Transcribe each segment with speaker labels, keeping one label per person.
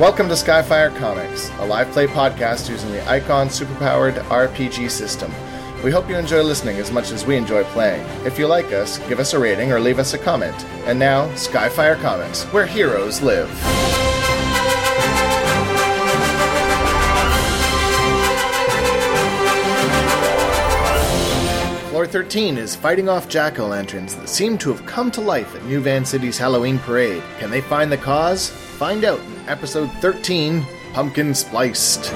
Speaker 1: Welcome to Skyfire Comics, a live play podcast using the Icon superpowered RPG system. We hope you enjoy listening as much as we enjoy playing. If you like us, give us a rating or leave us a comment. And now, Skyfire Comics, where heroes live. Floor 13 is fighting off jack o' lanterns that seem to have come to life at New Van City's Halloween parade. Can they find the cause? Find out in episode 13 Pumpkin Spliced.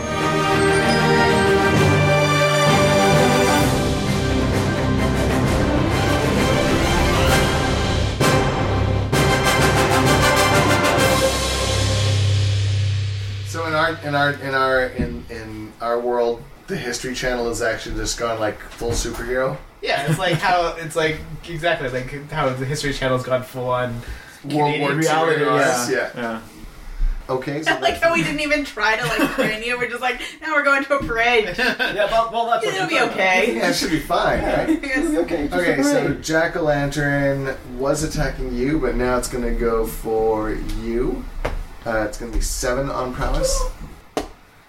Speaker 1: So in our in our in our in in our world, the History Channel has actually just gone like full superhero
Speaker 2: Yeah, it's like how it's like exactly like how the History Channel's gone full on. Canadian reality,
Speaker 1: heroes,
Speaker 2: yeah.
Speaker 1: Yeah. Okay. So
Speaker 3: like how we didn't even try to like train you. We're just like, now we're going to a parade.
Speaker 4: Yeah, well, well that's what
Speaker 3: It'll
Speaker 4: you
Speaker 3: be
Speaker 4: thought.
Speaker 3: okay.
Speaker 1: yeah, it should be fine, right?
Speaker 3: Because
Speaker 4: Okay, just
Speaker 1: Okay,
Speaker 4: a
Speaker 1: so
Speaker 4: parade.
Speaker 1: Jack o' Lantern was attacking you, but now it's gonna go for you. Uh, it's gonna be seven on prowess.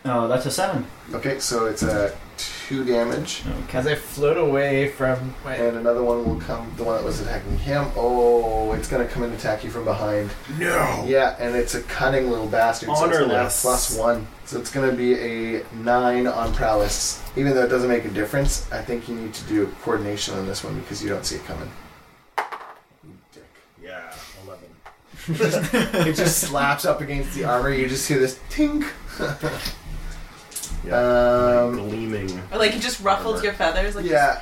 Speaker 4: Oh, that's a seven.
Speaker 1: Okay, so it's a two damage,
Speaker 2: As I float away from my
Speaker 1: and another one will come. The one that was attacking him. Oh, it's gonna come and attack you from behind.
Speaker 2: no,
Speaker 1: Yeah, and it's a cunning little bastard. So it's gonna have
Speaker 4: Honorless.
Speaker 1: plus one. So it's gonna be a nine on prowess. Even though it doesn't make a difference, I think you need to do coordination on this one because you don't see it coming. You dick.
Speaker 4: Yeah, eleven.
Speaker 1: it just slaps up against the armor. You just hear this tink. um,
Speaker 5: gleaming.
Speaker 3: or like you just ruffled your feathers. Like
Speaker 1: yeah.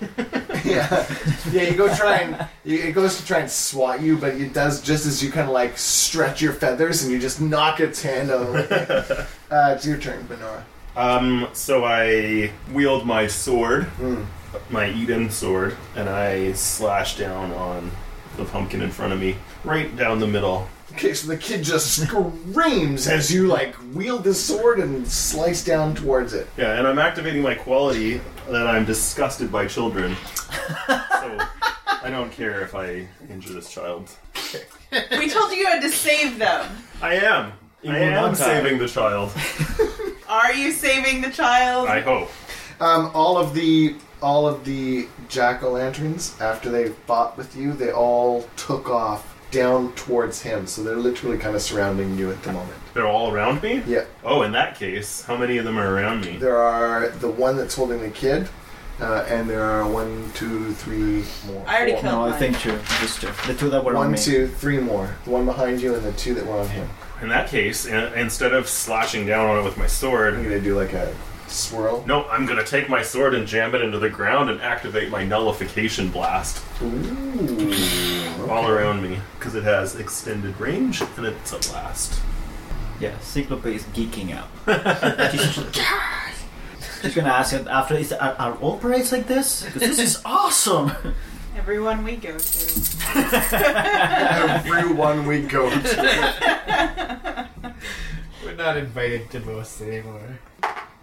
Speaker 1: yeah, yeah. You go try and you, it goes to try and swat you, but it does just as you kind of like stretch your feathers and you just knock its hand out of the way. Uh, it's your turn, Benora.
Speaker 5: Um, so I wield my sword,
Speaker 1: Mm.
Speaker 5: my Eden sword, and I slash down on the pumpkin in front of me, right down the middle.
Speaker 1: Okay, so the kid just screams as you like wield the sword and slice down towards it.
Speaker 5: Yeah, and I'm activating my quality that I'm disgusted by children. so I don't care if I injure this child.
Speaker 3: we told you you had to save them.
Speaker 5: I am. I
Speaker 4: will
Speaker 5: am
Speaker 4: not die.
Speaker 5: saving the child.
Speaker 3: Are you saving the child?
Speaker 5: I hope.
Speaker 1: Um, all of the all of the jack o' lanterns after they fought with you, they all took off down towards him. So they're literally kind of surrounding you at the moment.
Speaker 5: They're all around me?
Speaker 1: Yeah,
Speaker 5: Oh, in that case, how many of them are around me?
Speaker 1: there are the one that's holding the kid, uh, and there are one, two, three more.
Speaker 3: I already
Speaker 1: Four.
Speaker 3: killed
Speaker 4: No, I
Speaker 3: mine.
Speaker 4: think two. Just two. The two that were on
Speaker 1: One,
Speaker 4: me.
Speaker 1: two, three more. The one behind you, and the two that were on him.
Speaker 5: In that case, in- instead of slashing down on it with my
Speaker 1: I'm
Speaker 5: sword,
Speaker 1: gonna do like a swirl.
Speaker 5: no, I'm gonna take my sword and jam it into the ground and activate my nullification blast
Speaker 1: Ooh.
Speaker 5: all around me because it has extended range and it's a blast.
Speaker 4: Yeah, Cyclope is geeking out. She's just like, "Yes!" She's gonna ask it after. Is are, are all parades like this? 'Cause this is awesome.
Speaker 3: Everyone we go to.
Speaker 1: Everyone we go to.
Speaker 2: we're not invited to most anymore.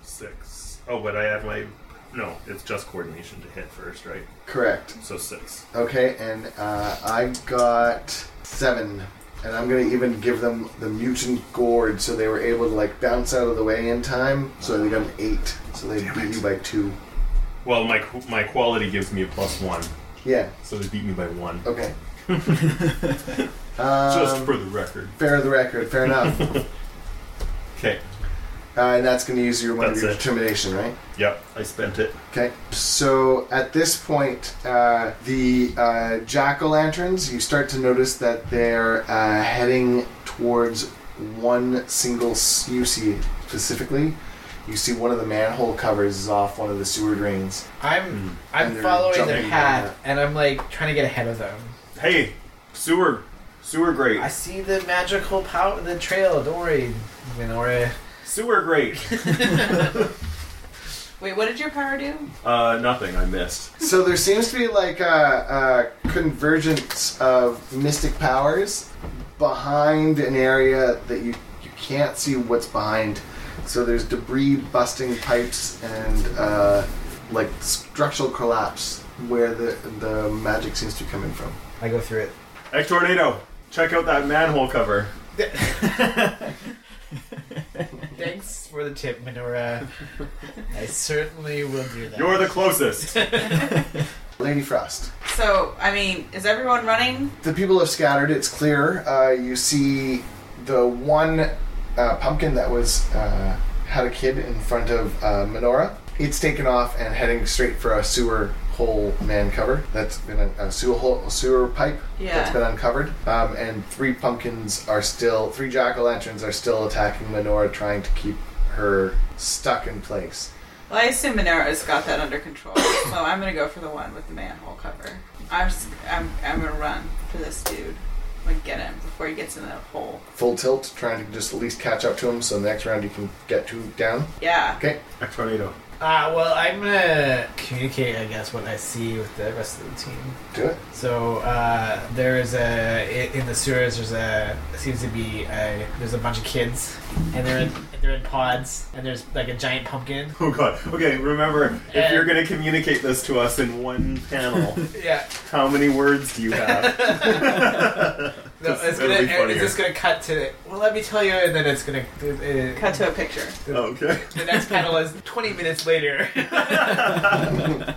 Speaker 5: Six. Oh, but I have my. No, it's just coordination to hit first, right?
Speaker 1: Correct.
Speaker 5: So six.
Speaker 1: Okay, and uh, I got seven, and I'm gonna even give them the mutant gourd, so they were able to like bounce out of the way in time. So they got an eight, so they beat you by two.
Speaker 5: Well, my qu- my quality gives me a plus one,
Speaker 1: Yeah.
Speaker 5: so they beat me by one.
Speaker 1: Okay.
Speaker 5: Just
Speaker 1: um,
Speaker 5: for the record.
Speaker 1: fair of the record. Fair enough. uh,
Speaker 5: Okay.
Speaker 1: and that's gonna use your one
Speaker 5: That's
Speaker 1: of your
Speaker 5: it.
Speaker 1: determination, right?
Speaker 5: Yep, I spent it.
Speaker 1: Okay. So at this point, uh, the uh, jack o' lanterns, you start to notice that they're uh, heading towards one single. s- You see it specifically. You see one of the manhole covers is off one of the sewer drains.
Speaker 2: I'm
Speaker 1: Hmm. And
Speaker 2: I'm
Speaker 1: they're
Speaker 2: following their
Speaker 1: jumping
Speaker 2: path,
Speaker 1: down
Speaker 2: and I'm like trying to get ahead of them.
Speaker 5: Hey, sewer, sewer grate,
Speaker 2: I see the magical power, the trail. Don't worry, Minora.
Speaker 5: sewer grate.
Speaker 3: Wait, what did your power do?
Speaker 5: Uh, nothing. I missed.
Speaker 1: So there seems to be like a, a convergence of mystic powers behind an area that you you can't see what's behind. So there's debris busting pipes and uh, like structural collapse where the the magic seems to be coming from.
Speaker 2: I go through it.
Speaker 5: Egg tornado. Check out that manhole cover.
Speaker 2: Thanks for the tip, Minora. I certainly will do that.
Speaker 5: You're the closest.
Speaker 1: Lady Frost.
Speaker 3: So, I mean, is everyone running?
Speaker 1: The people have scattered. It's clear. Uh, you see the one uh, pumpkin that was uh, had a kid in front of uh, Minora. It's taken off and heading straight for a sewer hole man cover. That's been a, a sewer hole, sewer pipe
Speaker 3: Yeah.
Speaker 1: that's been uncovered. Um, and three pumpkins are still, three jack o' lanterns are still attacking Minora, trying to keep her stuck in place.
Speaker 3: Well, I assume Monero's got that under control. so I'm gonna go for the one with the manhole cover. I'm just, I'm, I'm gonna run for this dude. I'm gonna get him before he gets in that hole.
Speaker 1: Full tilt, trying to just at least catch up to him, so next round you can get two down.
Speaker 3: Yeah.
Speaker 1: Okay.
Speaker 5: A tornado.
Speaker 2: Uh, well, I'm gonna communicate, I guess, what I see with the rest of the team.
Speaker 1: Do it.
Speaker 2: So uh, there is a i- in the sewers. There's a seems to be a there's a bunch of kids, and they're in, they're in pods, and there's like a giant pumpkin.
Speaker 5: Oh god. Okay, remember, if
Speaker 2: And-
Speaker 5: you're gonna communicate this to us in one panel,
Speaker 2: Yeah,
Speaker 5: how many words do you have?
Speaker 2: no,
Speaker 5: This-
Speaker 2: it's
Speaker 5: that'll
Speaker 2: gonna
Speaker 5: be funnier.
Speaker 2: it's just gonna cut to well, let me tell you, and then it's gonna uh,
Speaker 3: Cut to a picture.
Speaker 5: Oh, okay.
Speaker 2: The next panel is 20 minutes later.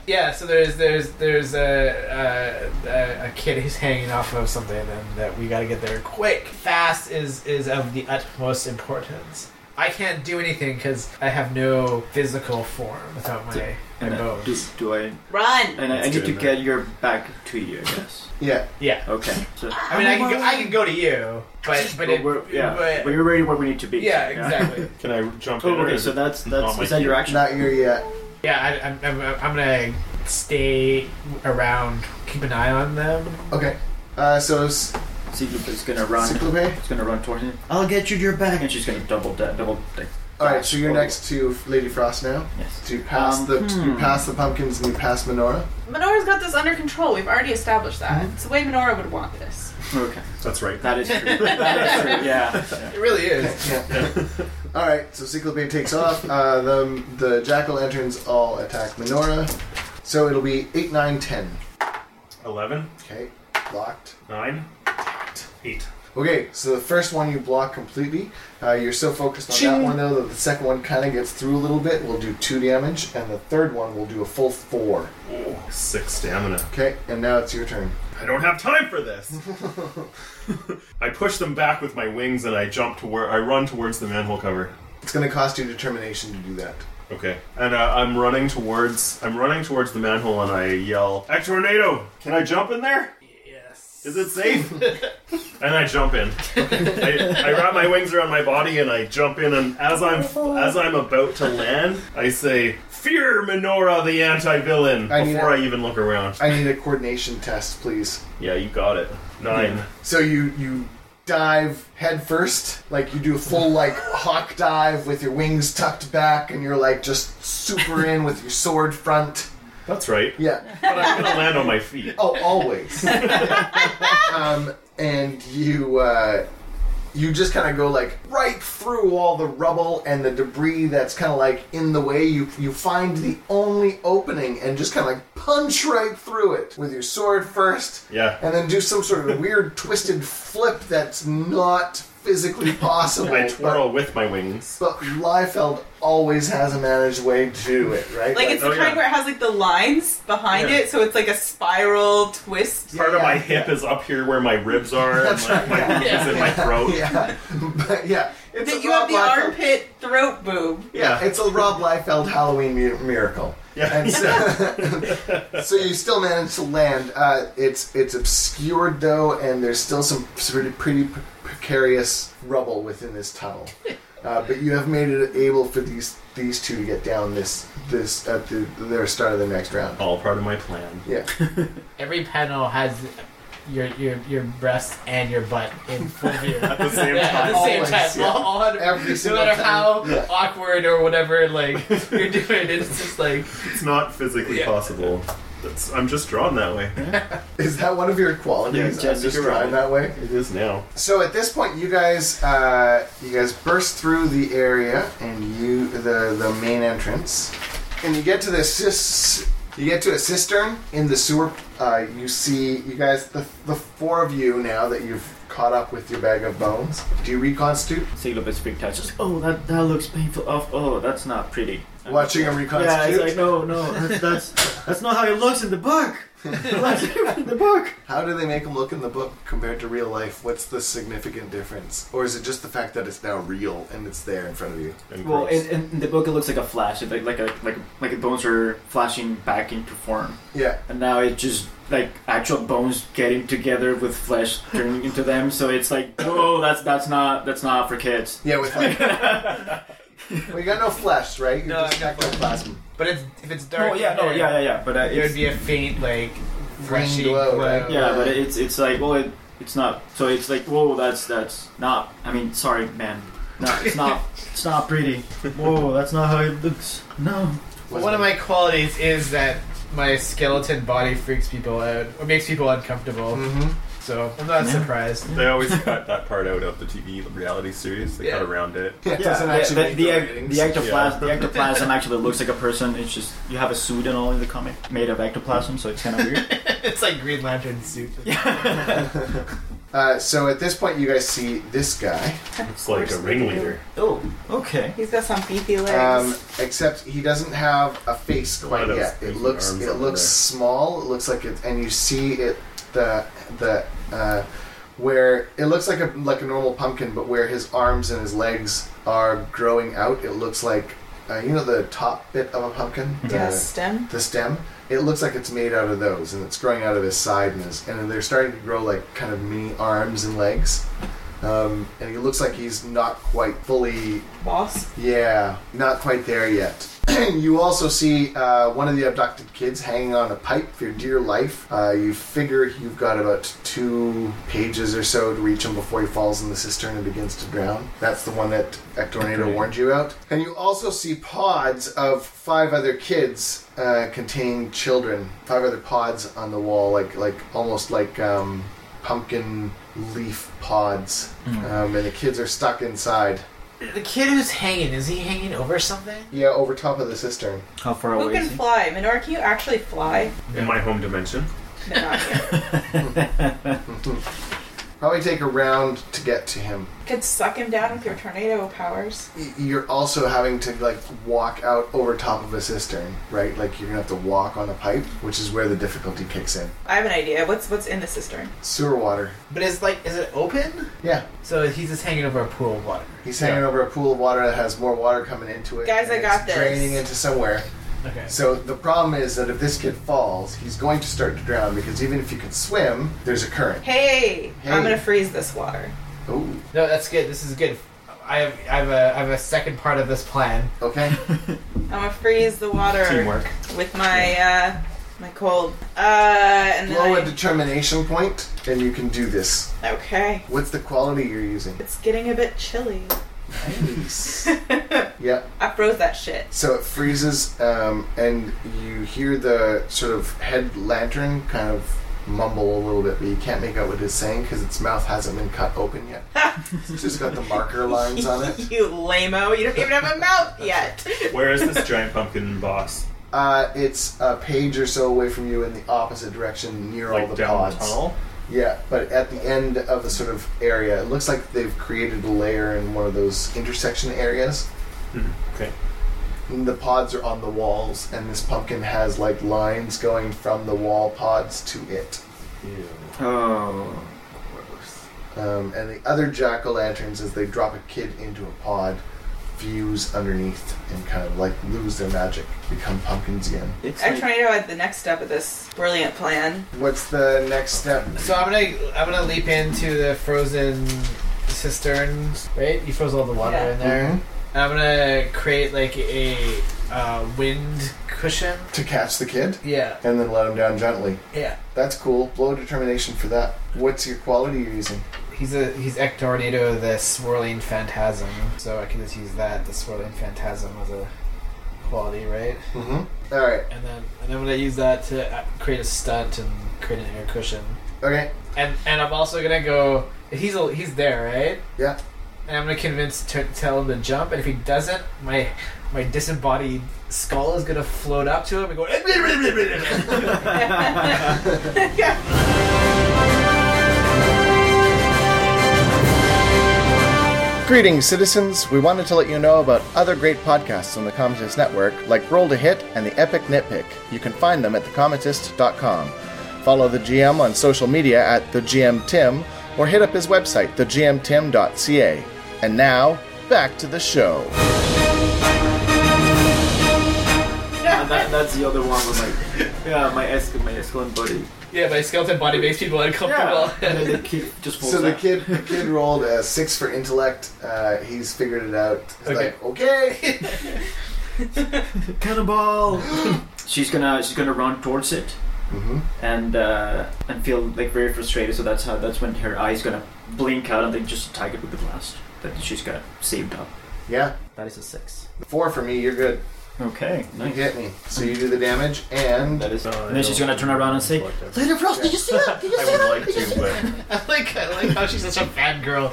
Speaker 2: yeah, so there's there's there's a, a a kid who's hanging off of something, and that we got to get there quick. Fast is is of the utmost importance. I can't do anything because I have no physical form without my, my
Speaker 4: And uh, do,
Speaker 2: bones.
Speaker 4: do I?
Speaker 3: Run.
Speaker 4: And I, I
Speaker 5: Let's do
Speaker 4: need to
Speaker 5: it,
Speaker 4: get your back to you, I guess.
Speaker 1: Yeah.
Speaker 2: Yeah,
Speaker 4: Okay. So,
Speaker 2: I mean I can go, I can go to you, but but
Speaker 4: but
Speaker 2: it,
Speaker 4: we're, yeah, but,
Speaker 2: but,
Speaker 4: you're already where we need to be.
Speaker 2: yeah exactly.
Speaker 5: Can I jump in?
Speaker 4: Oh,
Speaker 5: or
Speaker 4: okay,
Speaker 5: is
Speaker 4: so
Speaker 5: it
Speaker 4: that's
Speaker 5: not
Speaker 4: that's
Speaker 5: my
Speaker 4: is that your
Speaker 5: turn?
Speaker 4: action?
Speaker 1: Not here yet.
Speaker 2: Yeah, I, I'm, I'm I'm gonna stay around, keep an eye on them.
Speaker 1: Okay. Uh, so s-
Speaker 4: Cyclope is gonna run.
Speaker 1: Cyclope.
Speaker 4: It's gonna run towards him. I'll get you to your back, and she's gonna double da- double. Da-
Speaker 1: All right.
Speaker 4: dash
Speaker 1: So you're
Speaker 4: forward.
Speaker 1: next to Lady Frost now.
Speaker 4: Yes.
Speaker 1: To pass
Speaker 4: Um,
Speaker 1: the you
Speaker 4: hmm.
Speaker 1: pass the pumpkins and you pass Minora.
Speaker 3: Minora's got this under control. We've already established that.
Speaker 1: Mm-hmm.
Speaker 3: It's the way Minora would want this.
Speaker 4: Okay.
Speaker 5: That's right.
Speaker 4: That is true. that is true. Yeah.
Speaker 2: It really is.
Speaker 1: Yeah. all right. So Cyclope takes off. Uh, the the jack o' lanterns all attack Minora. So it'll be eight, nine, ten.
Speaker 5: 11,
Speaker 1: Okay. Blocked.
Speaker 5: 9, 8.
Speaker 1: Okay, so the first one you block completely. Uh, you're so focused on that
Speaker 2: Ching.
Speaker 1: one though that the second one kind of gets through a little bit. Will do two damage, and the third one will do a full four.
Speaker 5: Oh, 6 stamina.
Speaker 1: Okay, and now it's your turn.
Speaker 5: I don't have time for this! I push them back with my wings and I jump to where I run towards the manhole cover.
Speaker 1: It's going to cost you determination to do that.
Speaker 5: Okay. And uh, I'm running towards I'm running towards the manhole and I yell, "A tornado! Can I jump in there?
Speaker 2: Yes.
Speaker 5: Is it safe?" and I jump in. I, I wrap my wings around my body and I jump in. And as I'm as I'm about to land, I say, "Fear Minora, the anti-villain!"
Speaker 1: I need
Speaker 5: Before
Speaker 1: it.
Speaker 5: I even look around.
Speaker 1: I need a coordination test, please.
Speaker 5: Yeah, you got it. Nine.
Speaker 1: So you you dive head first, like you do a full like hawk dive with your wings tucked back, and you're like just super in with your sword front.
Speaker 5: That's right.
Speaker 1: Yeah.
Speaker 5: But I'm gonna land on my feet.
Speaker 1: Oh, always. um, and you uh, you just kind of go like right through all the rubble and the debris that's kind of like in the way. You you find the only opening and just kind of like punch right through it with your sword first.
Speaker 5: Yeah.
Speaker 1: and then do some sort of weird twisted flip that's not physically possible.
Speaker 5: I twirl with my wings.
Speaker 1: But, but Liefeld always has a managed way to do it, right?
Speaker 3: Like it's the
Speaker 5: Oh,
Speaker 3: kind
Speaker 5: yeah.
Speaker 3: where it has like the lines behind
Speaker 5: Yeah.
Speaker 3: it, so it's like a spiral twist.
Speaker 5: Part of my
Speaker 1: yeah.
Speaker 5: hip is up here where my ribs are, and
Speaker 1: That's
Speaker 5: my,
Speaker 1: right,
Speaker 5: my
Speaker 1: yeah.
Speaker 5: knee is in my throat.
Speaker 1: yeah, but yeah, it's
Speaker 3: That
Speaker 1: a
Speaker 3: you have
Speaker 1: Rob
Speaker 3: the
Speaker 1: Liefeld-
Speaker 3: armpit throat boob.
Speaker 1: Yeah,
Speaker 5: Yeah.
Speaker 1: it's a Rob Liefeld Halloween mi- miracle.
Speaker 5: Yeah.
Speaker 1: And so, so you still manage to land. Uh, it's it's obscured though, and there's still some pretty, pretty p- precarious rubble within this tunnel. Uh, but you have made it able for these these two to get down this this at the their start of the next round.
Speaker 5: All part of my plan.
Speaker 1: Yeah,
Speaker 2: Every panel has your your your breasts and your butt in full view.
Speaker 5: At the same
Speaker 2: Yeah, at
Speaker 5: time.
Speaker 2: the same
Speaker 1: Always,
Speaker 2: time,
Speaker 1: yeah.
Speaker 2: all, all hundred-
Speaker 1: Every
Speaker 2: no
Speaker 1: single
Speaker 2: matter
Speaker 1: time,
Speaker 2: how
Speaker 1: yeah.
Speaker 2: awkward or whatever, like you're doing, it's just like
Speaker 5: It's not physically
Speaker 2: Yeah.
Speaker 5: possible. That's, I'm just drawn that way.
Speaker 1: is that one of your qualities?
Speaker 4: Yeah,
Speaker 1: I'm just
Speaker 5: you're
Speaker 1: drawn
Speaker 5: right.
Speaker 1: that way.
Speaker 5: It is now.
Speaker 1: So at this point, you guys, uh, you guys burst through the area and you the the main entrance, and you get to this cis, you get to a cistern in the sewer. Uh, you see, you guys, the the four of you now that you've caught up with your bag of bones. Do you reconstitute?
Speaker 4: Cyclops freaked out. Just oh, that that looks painful. Oh, oh that's not pretty.
Speaker 1: Watching him
Speaker 4: Uh, Yeah, it's
Speaker 1: reconstitute?
Speaker 4: like no, no, that's that's, that's not how it looks in the book. It looks in the book.
Speaker 1: How do they make him look in the book compared to real life? What's the significant difference? Or is it just the fact that it's now real and it's there in front of you?
Speaker 5: And
Speaker 4: Well,
Speaker 5: gross.
Speaker 4: in, in in the book, it looks like a flash. It, like like a like like the bones are flashing back into form,
Speaker 1: Yeah.
Speaker 4: and now it just like actual bones getting together with flesh turning into them. So it's like, whoa, that's that's not that's not for kids.
Speaker 1: Yeah, with like. well, you got no flesh, right? You're
Speaker 2: No,
Speaker 1: just
Speaker 2: I got
Speaker 1: ectoplasm.
Speaker 2: But it's, if it's dark,
Speaker 4: Oh yeah, no,
Speaker 2: there,
Speaker 4: yeah, yeah, yeah. But uh,
Speaker 2: there
Speaker 4: it's,
Speaker 2: would be a faint like
Speaker 1: Green
Speaker 2: fleshy
Speaker 1: glow, right?
Speaker 4: yeah, but it's it's like, well, it, it's not. So it's like, whoa, that's that's not. I mean, sorry, man. No, it's not. it's not pretty. Whoa, that's not how it looks. No.
Speaker 2: Well, one of my qualities is that my skeleton body freaks people out or makes people uncomfortable.
Speaker 1: Mm-hmm.
Speaker 2: So I'm not
Speaker 4: Yeah.
Speaker 2: surprised.
Speaker 5: they always cut that part out of the TV reality series. They
Speaker 2: Yeah.
Speaker 5: cut around it.
Speaker 1: Yeah, it doesn't
Speaker 4: the,
Speaker 1: actually
Speaker 4: the,
Speaker 1: make
Speaker 4: the,
Speaker 1: good
Speaker 4: ec-
Speaker 1: ratings.
Speaker 4: the ectoplasm, the ectoplasm actually looks like a person. It's just you have a suit and all in the comic made of ectoplasm, so it's kind of weird.
Speaker 2: it's like Green Lantern suit.
Speaker 1: Uh, so at this point, you guys see this guy,
Speaker 5: It's like a ringleader.
Speaker 4: oh, okay.
Speaker 3: He's got some beefy legs.
Speaker 1: um, except he doesn't have a face
Speaker 5: One of
Speaker 1: quite
Speaker 5: those
Speaker 1: yet. It
Speaker 5: freaking
Speaker 1: looks
Speaker 5: arms
Speaker 1: it
Speaker 5: up
Speaker 1: looks
Speaker 5: there.
Speaker 1: small. It looks like it, and you see it the the uh, where it looks like a like a normal pumpkin, but where his arms and his legs are growing out, it looks like uh, you know the top bit of a pumpkin. The-
Speaker 3: yeah, stem.
Speaker 1: the stem. It looks like it's made out of those, and it's growing out of his side, and, his, and they're starting to grow like kind of mini arms and legs. Um, and he looks like he's not quite fully,
Speaker 3: Boss.
Speaker 1: yeah, not quite there yet. you also see uh, one of the abducted kids hanging on a pipe for dear life. Uh, you figure you've got about two pages or so to reach him before he falls in the cistern and begins to drown. That's the one that Ectornado warned you out. And you also see pods of five other kids uh, containing children. Five other pods on the wall, like like almost like um, pumpkin leaf pods.
Speaker 4: Hmm.
Speaker 1: Um, and the kids are stuck inside.
Speaker 2: the kid who's hanging is he hanging over something?
Speaker 1: Yeah, over top of the cistern.
Speaker 4: How far
Speaker 3: Who
Speaker 4: away
Speaker 3: can
Speaker 4: is he?
Speaker 3: fly? Minor, can you actually fly?
Speaker 5: In my home dimension.
Speaker 3: No, not here.
Speaker 1: Mm-hmm. Probably take a round to get to him.
Speaker 3: Could suck him down with your tornado powers.
Speaker 1: Y- You're also having to like walk out over top of a cistern, right? Like you're gonna have to walk on a pipe, which is where the difficulty kicks in.
Speaker 3: I have an idea. What's what's in the cistern?
Speaker 1: Sewer water.
Speaker 2: But it's like, is it open?
Speaker 1: Yeah,
Speaker 2: So he's just hanging over a pool of water.
Speaker 1: he's hanging over a pool of water that has more water coming into it.
Speaker 3: Guys,
Speaker 1: and
Speaker 3: I got
Speaker 1: it's
Speaker 3: this.
Speaker 1: Draining into somewhere.
Speaker 2: Okay.
Speaker 1: So the problem is that if this kid falls, he's going to start to drown because even if you can swim, there's a current.
Speaker 3: Hey, I'm
Speaker 1: Hey.
Speaker 3: gonna freeze this water.
Speaker 1: Oh,
Speaker 2: No, that's good. This is good. I have, I have a, I have a second part of this plan.
Speaker 1: okay.
Speaker 3: I'm gonna freeze the water
Speaker 4: Teamwork.
Speaker 3: with my uh, my cold. Uh, and then
Speaker 1: Blow
Speaker 3: I-
Speaker 1: a determination point, and you can do this.
Speaker 3: okay,
Speaker 1: What's the quality you're using?
Speaker 3: it's getting a bit chilly.
Speaker 1: Nice. yep.
Speaker 3: I froze that shit.
Speaker 1: So it freezes, um, and you hear the sort of head lantern kind of mumble a little bit, but you can't make out what it's saying because its mouth hasn't been cut open yet. it's just got the marker lines on it.
Speaker 3: you lameo, you don't even have a mouth yet.
Speaker 5: Where is this giant pumpkin boss?
Speaker 1: Uh, it's a page or so away from you in the opposite direction, near all
Speaker 5: Like
Speaker 1: the
Speaker 5: down
Speaker 1: pods.
Speaker 5: the tunnel?
Speaker 1: Yeah, but at the end of the sort of area, it looks like they've created a layer in one of those intersection areas.
Speaker 5: Okay.
Speaker 1: And the pods are on the walls, and this pumpkin has like lines going from the wall pods to it.
Speaker 4: Oh,
Speaker 1: Um, and the other jack o' lanterns, as they drop a kid into a pod, fuse underneath and kind of like lose their magic, become pumpkins again.
Speaker 4: it's
Speaker 3: I
Speaker 4: like,
Speaker 3: tornado at the next step of this brilliant plan.
Speaker 1: What's the next step?
Speaker 2: So I'm gonna, I'm gonna leap into the frozen cistern. Right? You froze all the water
Speaker 3: Yeah.
Speaker 2: in there.
Speaker 1: Mm-hmm.
Speaker 2: And I'm gonna create like a uh, wind cushion.
Speaker 1: To catch the kid
Speaker 2: Yeah,
Speaker 1: and then let him down gently.
Speaker 2: yeah.
Speaker 1: That's cool. Blow determination for that. What's your quality you're using?
Speaker 2: He's a he's Ectornado, the swirling phantasm. So I can just use that, the swirling phantasm, as a quality, right?
Speaker 1: Mm-hmm. All right.
Speaker 2: And then and I'm gonna use that to uh, create a stunt and create an air cushion.
Speaker 1: Okay.
Speaker 2: And and I'm also gonna go. He's a, he's there, right?
Speaker 1: Yeah.
Speaker 2: And I'm gonna convince t- tell him to jump. And if he doesn't, my my disembodied skull is gonna float up to him and go.
Speaker 1: Greetings, citizens. We wanted to let you know about other great podcasts on the Cometist Network, like Roll to Hit and The Epic Nitpick. You can find them at thecometist.com. Follow the GM on social media at thegmtim, or hit up his website, thegmtim.ca. And now, back to the show.
Speaker 4: And that, that's the other one with like, yeah, my es- my Escalon buddy.
Speaker 2: Yeah, my skeleton body makes people uncomfortable.
Speaker 4: Yeah. and then the kid just falls
Speaker 1: So the
Speaker 4: out.
Speaker 1: kid, the kid rolled a six for intellect. Uh, he's figured it out. He's
Speaker 2: Okay.
Speaker 1: like, okay.
Speaker 4: cannonball. she's gonna she's gonna run towards it
Speaker 1: hmm
Speaker 4: and uh, and feel like very frustrated. So that's how that's when her eyes gonna blink out and then just attack it with the blast that she's got saved up.
Speaker 1: Yeah,
Speaker 4: That is a six.
Speaker 1: four for me. You're good.
Speaker 4: Okay,
Speaker 1: You
Speaker 4: uh, nice.
Speaker 1: hit me. So you do the damage, and
Speaker 4: That is.
Speaker 5: No, I
Speaker 4: and then she's
Speaker 5: don't-
Speaker 4: gonna turn around and say, "Later, Frost, did you see that? Did you
Speaker 5: I
Speaker 4: see that?"
Speaker 5: would like to, but
Speaker 2: I like I like how she's such a bad girl.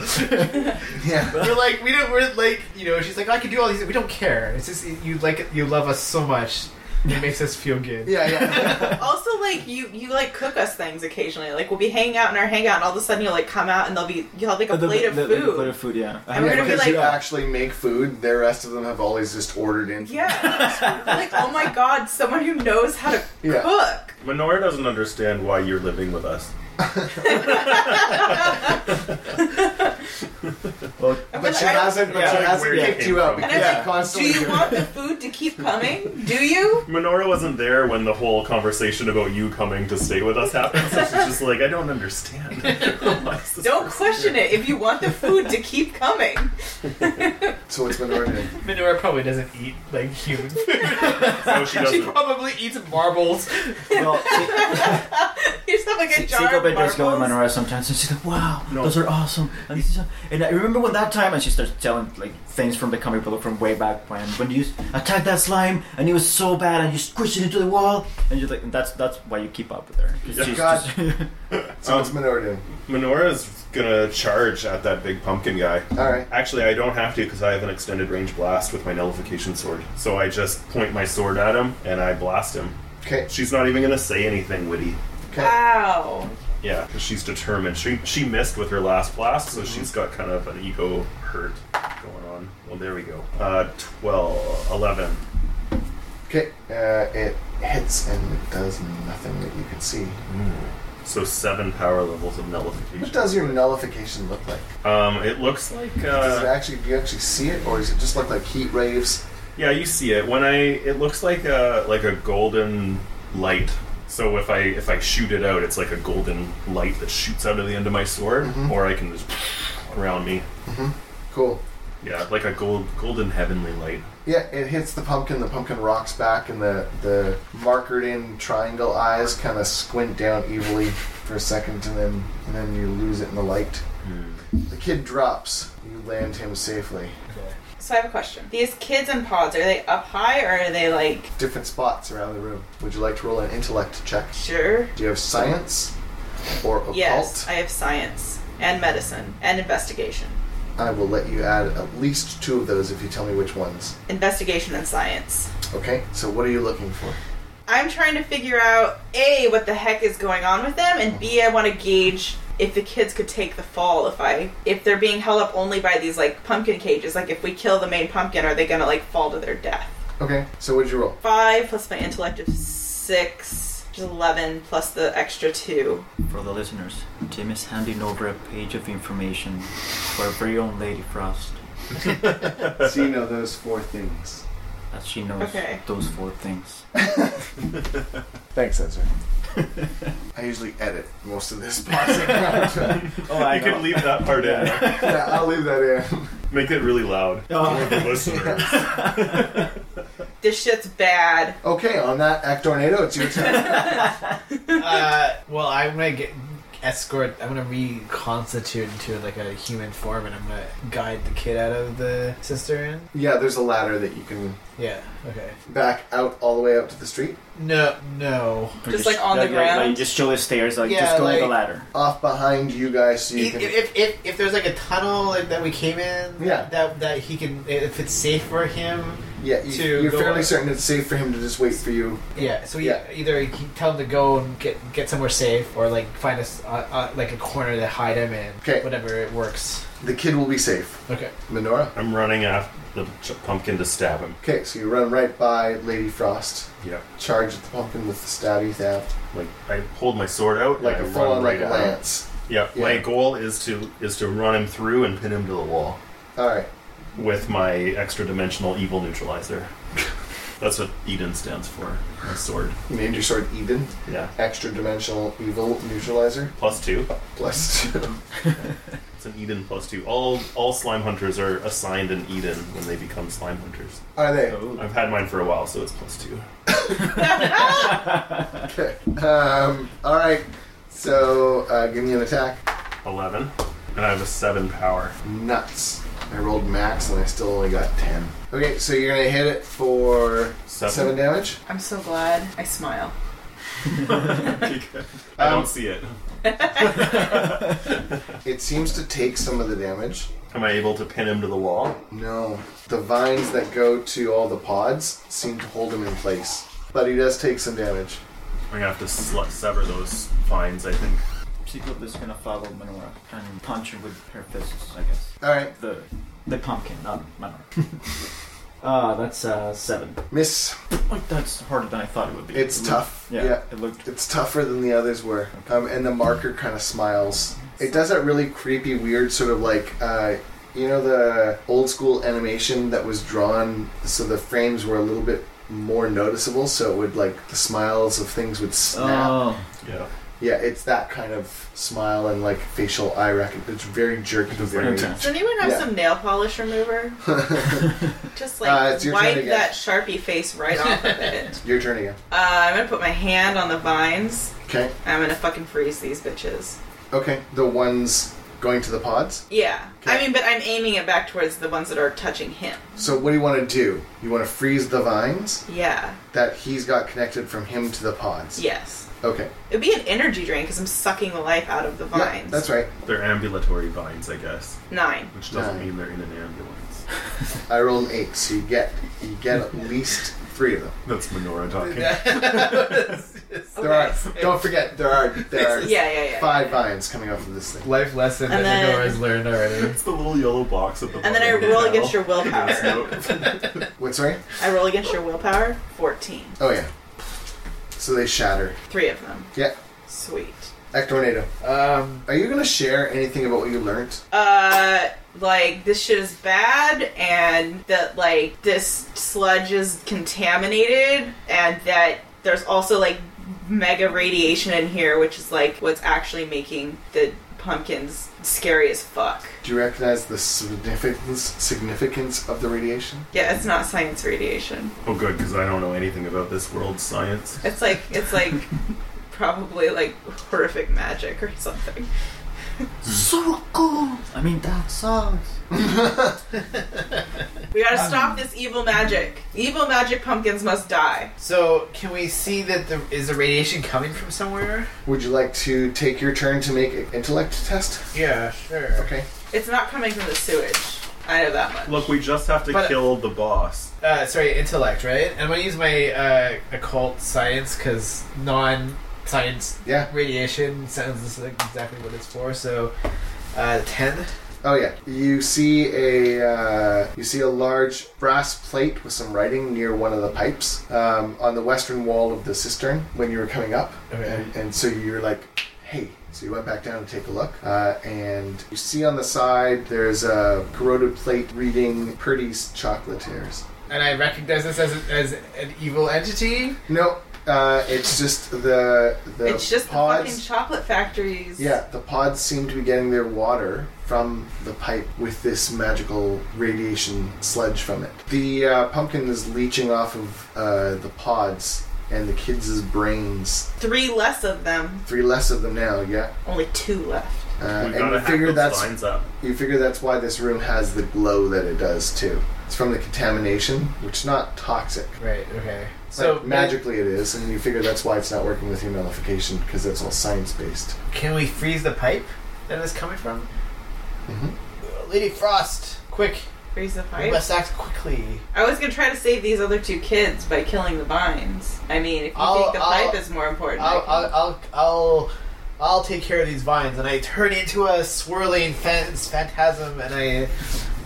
Speaker 1: yeah.
Speaker 2: we're like we don't we're like you know she's like I can do all these we don't care. It's just you like you love us so much. It makes us feel good.
Speaker 1: Yeah, yeah.
Speaker 3: also, like you, you like cook us things occasionally. Like we'll be hanging out in our hangout, and all of a sudden you'll like come out, and they'll be you'll have like a
Speaker 4: Uh, the-
Speaker 3: plate of
Speaker 4: the- the
Speaker 3: food.
Speaker 4: plate of food, yeah. I
Speaker 3: And we're
Speaker 4: haven't
Speaker 3: gonna be
Speaker 1: Because
Speaker 4: cooked it
Speaker 1: you
Speaker 4: up.
Speaker 1: actually make food. The rest of them have always just ordered in.
Speaker 3: yeah, like oh my god, someone who knows how to
Speaker 1: Yeah.
Speaker 3: cook.
Speaker 5: Minora doesn't understand why you're living with us.
Speaker 4: Well,
Speaker 3: And we're
Speaker 1: But she
Speaker 3: like,
Speaker 1: hasn't. But
Speaker 4: Yeah,
Speaker 1: she
Speaker 5: like
Speaker 1: hasn't
Speaker 5: where you
Speaker 1: kicked
Speaker 5: came
Speaker 1: you out
Speaker 5: from.
Speaker 1: because
Speaker 3: And I'm
Speaker 1: you
Speaker 3: like, do
Speaker 1: constantly.
Speaker 3: you want the food to keep coming? Do you?
Speaker 5: Minora wasn't there when the whole conversation about you coming to stay with us happened, so she's just like, I don't understand. Why is this
Speaker 3: Don't
Speaker 5: person
Speaker 3: question
Speaker 5: here?
Speaker 3: it. If you want the food to keep coming,
Speaker 1: so it's been ordered.
Speaker 2: Minora probably doesn't eat like human food.
Speaker 5: No, she
Speaker 2: she
Speaker 5: doesn't.
Speaker 2: probably eats marbles.
Speaker 4: well,
Speaker 3: here's have like a jar
Speaker 4: Seiko
Speaker 3: of
Speaker 4: does go
Speaker 3: marbles.
Speaker 4: in Monterey sometimes, and she's like, "Wow,
Speaker 5: No.
Speaker 4: those are awesome!" And, this is a- and I remember when that time, and she starts telling like things from the comic book from way back when. When you attacked that slime, and it was so bad, and you squished it into the wall, and you're like, and "That's that's why you keep up with her." 'cause
Speaker 5: Yeah.
Speaker 4: she's
Speaker 1: God.
Speaker 4: just-
Speaker 1: So
Speaker 5: Um,
Speaker 1: it's been ordered.
Speaker 5: Minora's gonna charge at that big pumpkin guy.
Speaker 1: All right.
Speaker 5: Actually, I don't have to because I have an extended range blast with my nullification sword. So I just point my sword at him and I blast him.
Speaker 1: Okay.
Speaker 5: She's not even gonna say anything witty.
Speaker 3: Uh,
Speaker 1: Okay.
Speaker 3: Wow.
Speaker 5: Yeah, 'cause she's determined. She she missed with her last blast, so she's got kind of an ego hurt going on. Well, there we go. Uh, 12, 11.
Speaker 1: Okay. Uh, it hits and it does nothing that you can see.
Speaker 5: So seven power levels of nullification.
Speaker 1: What does your nullification look like?
Speaker 5: Um, it looks like
Speaker 1: Does it
Speaker 5: uh,
Speaker 1: actually? Do you actually see it, or does it just look like heat waves?
Speaker 5: yeah, you see it when I. It looks like a like a golden light. So if I if I shoot it out, it's like a golden light that shoots out of the end of my sword,
Speaker 1: Mm-hmm.
Speaker 5: or I can just around me.
Speaker 1: Cool.
Speaker 5: Yeah, like a gold golden heavenly light.
Speaker 1: Yeah, it hits the pumpkin. The pumpkin rocks back, and the the markered in triangle eyes kind of squint down evilly for a second, and then and then you lose it in the light.
Speaker 4: Hmm.
Speaker 1: The kid drops. You land him safely.
Speaker 3: So I have a question. These kids in pods, are they up high or are they like
Speaker 1: Different spots around the room. Would you like to roll an intellect check?
Speaker 3: sure?
Speaker 1: Do you have science or occult?
Speaker 3: Yes, I have science and medicine and investigation.
Speaker 1: I will let you add at least two of those if you tell me which ones.
Speaker 3: Investigation and science.
Speaker 1: Okay. So what are you looking for?
Speaker 3: I'm trying to figure out A, what the heck is going on with them, and B, I want to gauge if the kids could take the fall if I if they're being held up only by these like pumpkin cages. Like if we kill the main pumpkin, are they gonna like fall to their death?
Speaker 1: Okay. So what'd you roll?
Speaker 3: Five plus my intellect of six, which is eleven plus the extra two.
Speaker 4: For the listeners, Tim is handing over a page of information for our very own Lady Frost,
Speaker 1: so you know those four things.
Speaker 4: as she knows
Speaker 3: Okay.
Speaker 4: those four things.
Speaker 1: Thanks, Ezra. I usually edit most of this podcast.
Speaker 4: Oh, I
Speaker 5: you could leave that part in.
Speaker 1: yeah, I'll leave that in.
Speaker 5: Make it really loud.
Speaker 4: Oh.
Speaker 5: For the listeners.
Speaker 3: This shit's bad.
Speaker 1: Okay, on that act tornado, it's your turn.
Speaker 2: Uh, well, I'm gonna get escort. I'm gonna reconstitute into like a human form, and I'm gonna guide the kid out of the cistern.
Speaker 1: yeah, there's a ladder that you can
Speaker 2: Yeah. Okay.
Speaker 1: back out all the way out to the street.
Speaker 2: No. No.
Speaker 3: Just, like, on the ground?
Speaker 4: Like, just show the stairs, like
Speaker 2: Yeah,
Speaker 4: just go on
Speaker 2: like-
Speaker 4: the ladder.
Speaker 1: Off behind you guys, so you
Speaker 2: If,
Speaker 1: can.
Speaker 2: if, if, if there's like a tunnel like, that we came in,
Speaker 1: Yeah.
Speaker 2: that that he can, if it's safe for him,
Speaker 1: Yeah, you,
Speaker 2: To
Speaker 1: you're
Speaker 2: go
Speaker 1: fairly
Speaker 2: up.
Speaker 1: certain it's safe for him to just wait for you.
Speaker 2: Yeah, so
Speaker 1: Yeah.
Speaker 2: yeah. either you can tell him to go and get get somewhere safe, or like find us uh, uh, like a corner to hide him in.
Speaker 1: 'Kay.
Speaker 2: whatever it works.
Speaker 1: The kid will be safe.
Speaker 2: Okay.
Speaker 1: Minora.
Speaker 5: I'm running after the ch- pumpkin to stab him.
Speaker 1: Okay, so you run right by Lady Frost,
Speaker 5: Yeah.
Speaker 1: charge at the pumpkin with the stabby theft,
Speaker 5: Like I hold my sword out,
Speaker 1: like
Speaker 5: and
Speaker 1: a
Speaker 5: I
Speaker 1: full
Speaker 5: run
Speaker 1: on
Speaker 5: right
Speaker 1: like a
Speaker 5: at him.
Speaker 1: lance.
Speaker 5: Yeah,
Speaker 1: Yeah.
Speaker 5: my goal is to is to run him through and pin him to the wall
Speaker 1: All right.
Speaker 5: with my extra dimensional evil neutralizer. That's what Eden stands for. My sword.
Speaker 1: You named your sword Eden,
Speaker 5: Yeah.
Speaker 1: extra dimensional evil neutralizer.
Speaker 5: Plus two.
Speaker 1: Plus two.
Speaker 5: It's an Eden plus two. All all slime hunters are assigned an Eden when they become slime hunters.
Speaker 1: Are they?
Speaker 5: I've had mine for a while, so it's plus two.
Speaker 1: Okay. Um, all right. So uh, give me an attack.
Speaker 5: Eleven. And I have a seven power.
Speaker 1: Nuts. I rolled max and I still only got ten. Okay, so you're gonna hit it for
Speaker 5: Seven.
Speaker 1: seven damage.
Speaker 3: I'm so glad. I smile.
Speaker 5: I
Speaker 1: Um,
Speaker 5: don't see it.
Speaker 1: It seems to take some of the damage.
Speaker 5: Am I able to pin him to the wall?
Speaker 1: No, the vines that go to all the pods seem to hold him in place, but he does take some damage.
Speaker 5: I'm gonna have to sl- sever those vines, I think.
Speaker 4: Cyclops is gonna follow Manora and punch her with her fists, I guess.
Speaker 1: All right,
Speaker 4: The the pumpkin, not Manora. uh, that's uh, seven.
Speaker 1: miss.
Speaker 4: Like, that's harder than I thought it would be.
Speaker 1: It's
Speaker 4: It looked-
Speaker 1: tough.
Speaker 4: Mm-hmm. Yeah,
Speaker 1: yeah.
Speaker 4: it looked.
Speaker 1: It's tougher than the others were. Um, and the marker kind of smiles. It does that really creepy, weird sort of like, uh, you know, the old school animation that was drawn so the frames were a little bit more noticeable, so it would like the smiles of things would snap.
Speaker 4: Oh,
Speaker 5: Yeah.
Speaker 1: Yeah, it's that kind of smile and like facial eye recognition. It's very jerky, very.
Speaker 4: okay.
Speaker 3: Does anyone have
Speaker 1: Yeah.
Speaker 3: some nail polish remover? Just like
Speaker 1: Uh, it's your turn
Speaker 3: wipe
Speaker 1: again.
Speaker 3: that sharpie face right off of it.
Speaker 1: Your turn again.
Speaker 3: Uh, I'm gonna put my hand on the vines.
Speaker 1: Okay,
Speaker 3: I'm gonna fucking freeze these bitches.
Speaker 1: okay. The ones going to the pods.
Speaker 3: Yeah. I
Speaker 1: Okay.
Speaker 3: mean, but I'm aiming it back towards the ones that are touching him.
Speaker 1: So, what do you want to do? You want to freeze the vines
Speaker 3: Yeah.
Speaker 1: that he's got connected from him to the pods?
Speaker 3: Yes.
Speaker 1: Okay.
Speaker 3: It'd be an energy drain because I'm sucking the life out of the
Speaker 1: Yeah,
Speaker 3: vines.
Speaker 1: that's right.
Speaker 5: They're ambulatory vines, I guess,
Speaker 3: Nine.
Speaker 5: which doesn't
Speaker 1: Nine.
Speaker 5: mean they're in an ambulance.
Speaker 1: I rolled an eight, so you get you get at least three of them.
Speaker 5: That's Minora talking.
Speaker 1: There are. Don't forget, there are there are
Speaker 3: Yeah, yeah, yeah.
Speaker 1: five vines coming off of this thing.
Speaker 2: Life lesson that
Speaker 3: And then-
Speaker 2: Nagora has learned already.
Speaker 5: It's the little yellow box at the
Speaker 3: And then I roll against your willpower.
Speaker 5: willpower.
Speaker 1: What's right?
Speaker 3: I roll against your willpower. Fourteen.
Speaker 1: Oh yeah. So they shatter.
Speaker 3: Three of them.
Speaker 1: Yeah.
Speaker 3: Sweet.
Speaker 1: Ectornado.
Speaker 2: Um,
Speaker 1: Are you gonna share anything about what you learned?
Speaker 3: Uh, like this shit is bad, and that like this sludge is contaminated, and that there's also like mega radiation in here, which is like what's actually making the pumpkins scary as fuck.
Speaker 1: Do you recognize the significance significance of the radiation?
Speaker 3: Yeah, it's not science radiation.
Speaker 5: oh, good, because I don't know anything about this world's science.
Speaker 3: It's like it's like probably like horrific magic or something.
Speaker 4: Hmm. so cool. I mean, that sucks.
Speaker 3: We gotta stop this evil magic. Evil magic pumpkins must die.
Speaker 2: so can we see that the is the radiation coming from somewhere?
Speaker 1: Would you like to take your turn to make an intellect test?
Speaker 2: Yeah, sure.
Speaker 1: Okay.
Speaker 3: It's not coming from the sewage. I know that much.
Speaker 5: Look, we just have to
Speaker 2: But-
Speaker 5: kill the boss.
Speaker 2: Uh, sorry, intellect, right? I'm gonna use my uh, occult science because non-science
Speaker 1: Yeah.
Speaker 2: radiation sounds like exactly what it's for. So, uh, ten.
Speaker 1: Oh yeah, you see a uh, you see a large brass plate with some writing near one of the pipes um, on the western wall of the cistern when you were coming up,
Speaker 2: Okay.
Speaker 1: and, and so you're like, hey. So you went back down to take a look, uh, and you see on the side there's a corroded plate reading Purdy's Chocolatiers.
Speaker 2: And I recognize this as, a, as an evil entity.
Speaker 1: No, uh, it's just the the
Speaker 3: it's just the fucking
Speaker 1: pods.
Speaker 3: chocolate factories.
Speaker 1: yeah, the pods seem to be getting their water from the pipe with this magical radiation sludge from it. The uh, pumpkin is leaching off of uh, the pods and the kids' brains.
Speaker 3: Three less of them.
Speaker 1: Three less of them now, yeah.
Speaker 3: Only two left.
Speaker 1: Uh, and
Speaker 5: We've got to
Speaker 1: you
Speaker 5: hack
Speaker 1: figure
Speaker 5: those
Speaker 1: that's
Speaker 5: vines up.
Speaker 1: you figure that's why this room has the glow that it does too. It's from the contamination, which is not toxic.
Speaker 2: Right. Okay.
Speaker 1: So
Speaker 2: So
Speaker 1: magically it is, and you figure that's why it's not working with humidification because that's all science based.
Speaker 2: Can we freeze the pipe that it's coming from?
Speaker 1: Mhm.
Speaker 2: Mm-hmm. Uh, Lady Frost, quick!
Speaker 3: Raise the fire.
Speaker 2: We must act quickly.
Speaker 3: I was gonna try to save these other two kids by killing the vines. I mean, if you
Speaker 2: I'll-
Speaker 3: think the
Speaker 2: I'll-
Speaker 3: pipe is more important, I
Speaker 2: I'll,
Speaker 3: can-
Speaker 2: I'll, I'll, I'll, I'll take care of these vines. And I turn into a swirling fence, phantasm, and I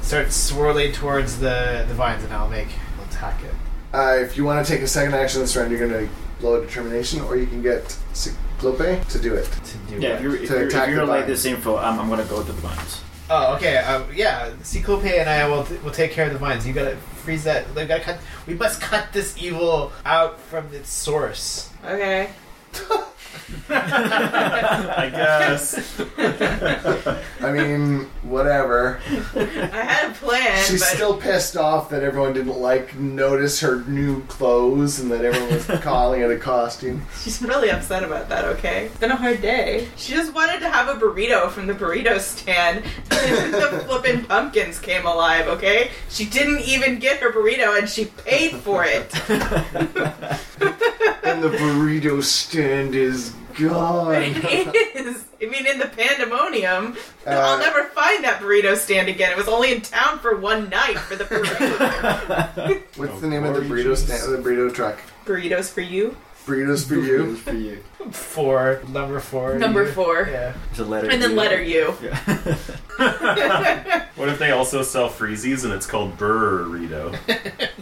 Speaker 2: start swirling towards the, the vines, and I'll make, I'll attack it.
Speaker 1: Uh, if you want to take a second action this round, you're going to blow a determination, or you can get Cyclope to do it.
Speaker 2: To do
Speaker 4: Yeah,
Speaker 2: what?
Speaker 4: if you're, if
Speaker 1: To
Speaker 4: you're, if
Speaker 1: attack
Speaker 4: you're
Speaker 1: the
Speaker 4: like
Speaker 1: vines.
Speaker 4: this info, I'm, I'm gonna go to the vines.
Speaker 2: Oh, okay. Um, yeah, Cyclope and I will will take care of the vines. You gotta freeze that. We gotta cut. We must cut this evil out from its source.
Speaker 3: okay.
Speaker 5: I guess.
Speaker 1: I mean, whatever.
Speaker 3: I had a plan,
Speaker 1: She's
Speaker 3: but
Speaker 1: still pissed off that everyone didn't like notice her new clothes and that everyone was calling it a costume.
Speaker 3: she's really upset about that. Okay, it's been a hard day. She just wanted to have a burrito from the burrito stand. the flippin' pumpkins came alive. Okay, she didn't even get her burrito, and she paid for it.
Speaker 1: And the burrito stand is gone.
Speaker 3: it is. I mean, in the pandemonium, I'll
Speaker 1: Uh,
Speaker 3: never find that burrito stand again. It was only in town for one night for the burrito.
Speaker 1: What's
Speaker 5: Oh,
Speaker 1: the name of the
Speaker 5: glory
Speaker 1: burrito stand?
Speaker 5: Jesus.
Speaker 1: The burrito truck.
Speaker 3: Burritos for you,
Speaker 1: Burritos for you.
Speaker 4: For you.
Speaker 2: Four, number four.
Speaker 3: number
Speaker 2: you-
Speaker 3: four,
Speaker 2: Yeah.
Speaker 4: It's a letter.
Speaker 3: and then
Speaker 4: U.
Speaker 3: letter U.
Speaker 4: Yeah.
Speaker 5: What if they also sell freezies and it's called burrito?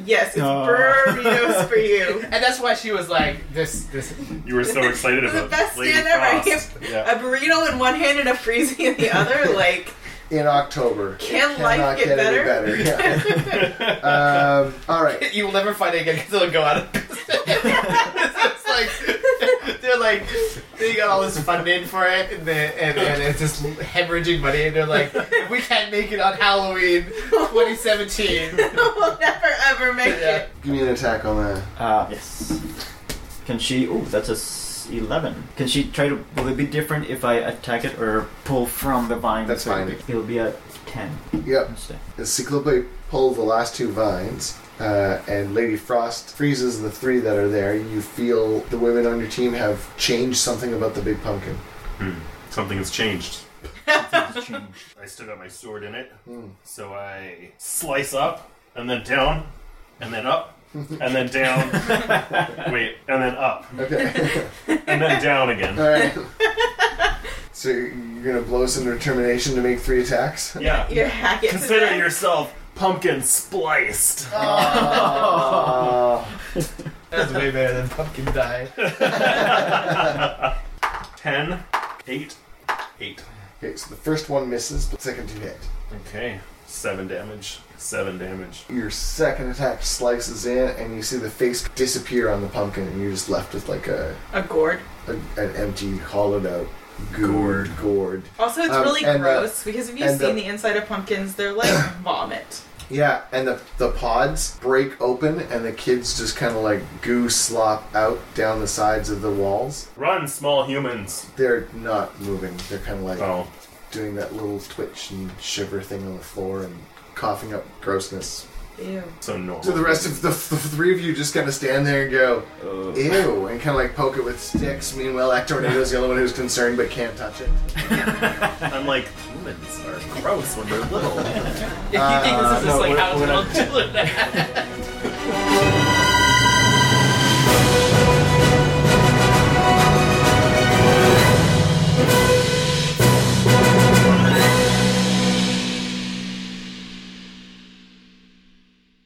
Speaker 3: Yes, it's
Speaker 1: Oh.
Speaker 4: Aw.
Speaker 3: burritos for you.
Speaker 2: And that's why she was like, "This, this."
Speaker 5: You were so excited
Speaker 3: It was
Speaker 5: about
Speaker 3: the best
Speaker 5: Lady
Speaker 3: stand ever. I
Speaker 5: Frost.
Speaker 3: A
Speaker 5: Yeah.
Speaker 3: burrito in one hand and a freezy in the other. Like,
Speaker 1: in October.
Speaker 3: Can
Speaker 1: It
Speaker 3: life
Speaker 1: cannot
Speaker 3: get better?
Speaker 1: Any better. Yeah. um, all right.
Speaker 2: You will never find it again because it'll go out of business. it's like they're like they got all this funding for it, and, they, and and it's just hemorrhaging money. And they're like, if we can't make it on Halloween 2017.
Speaker 3: we'll never ever make
Speaker 2: Yeah.
Speaker 3: it.
Speaker 1: Give me an attack on that.
Speaker 4: Uh, yes. Can she? Oh, that's a s- eleven. Can she try to? Will it be different if I attack it or pull from the vine?
Speaker 1: That's
Speaker 4: So
Speaker 1: fine.
Speaker 4: It'll be a ten
Speaker 1: Yep.
Speaker 4: instead.
Speaker 1: As Cyclope pull the last two vines, uh, and Lady Frost freezes the three that are there, you feel the women on your team have changed something about the big pumpkin.
Speaker 5: Hmm. Something has changed.
Speaker 4: It's changed.
Speaker 5: I still got my sword in it,
Speaker 1: Hmm.
Speaker 5: so I slice up and then down and then up and then down. Wait, and then up
Speaker 1: Okay.
Speaker 5: and then down again.
Speaker 1: All right. So you're gonna blow some determination to make three attacks.
Speaker 5: Yeah.
Speaker 3: Your hack it. to
Speaker 5: Consider
Speaker 3: death.
Speaker 5: yourself pumpkin spliced.
Speaker 1: Ah.
Speaker 2: That's way better than pumpkin die.
Speaker 5: Ten, eight, eight.
Speaker 1: okay. So the first one misses, but the second two hit.
Speaker 5: Okay. Seven damage. Seven damage.
Speaker 1: Your second attack slices in, and you see the face disappear on the pumpkin, and you're just left with like a,
Speaker 3: a gourd.
Speaker 1: a an empty, hollowed out gourd.
Speaker 5: Gourd.
Speaker 1: Gourd.
Speaker 3: Also, it's
Speaker 1: Um,
Speaker 3: really
Speaker 1: and, uh,
Speaker 3: gross because if you've
Speaker 1: and,
Speaker 3: seen
Speaker 1: uh,
Speaker 3: the inside of pumpkins, they're like vomit.
Speaker 1: Yeah, and the the pods break open, and the kids just kind of like goo slop out down the sides of the walls.
Speaker 5: Run, small humans.
Speaker 1: They're not moving. They're kind of like
Speaker 5: Oh.
Speaker 1: doing that little twitch and shiver thing on the floor and coughing up grossness.
Speaker 3: Ew.
Speaker 5: So normal.
Speaker 1: So the rest of the, the three of you just kind of stand there and go,
Speaker 4: Oh.
Speaker 1: ew, and kind of like poke it with sticks. Meanwhile, Actornado's the only one who's concerned but can't touch it.
Speaker 5: I'm like, humans are gross when they're little.
Speaker 2: If you think this is
Speaker 4: Uh, no,
Speaker 2: just like
Speaker 4: we're-
Speaker 2: how
Speaker 4: we're
Speaker 2: it'll
Speaker 4: not-
Speaker 2: do it.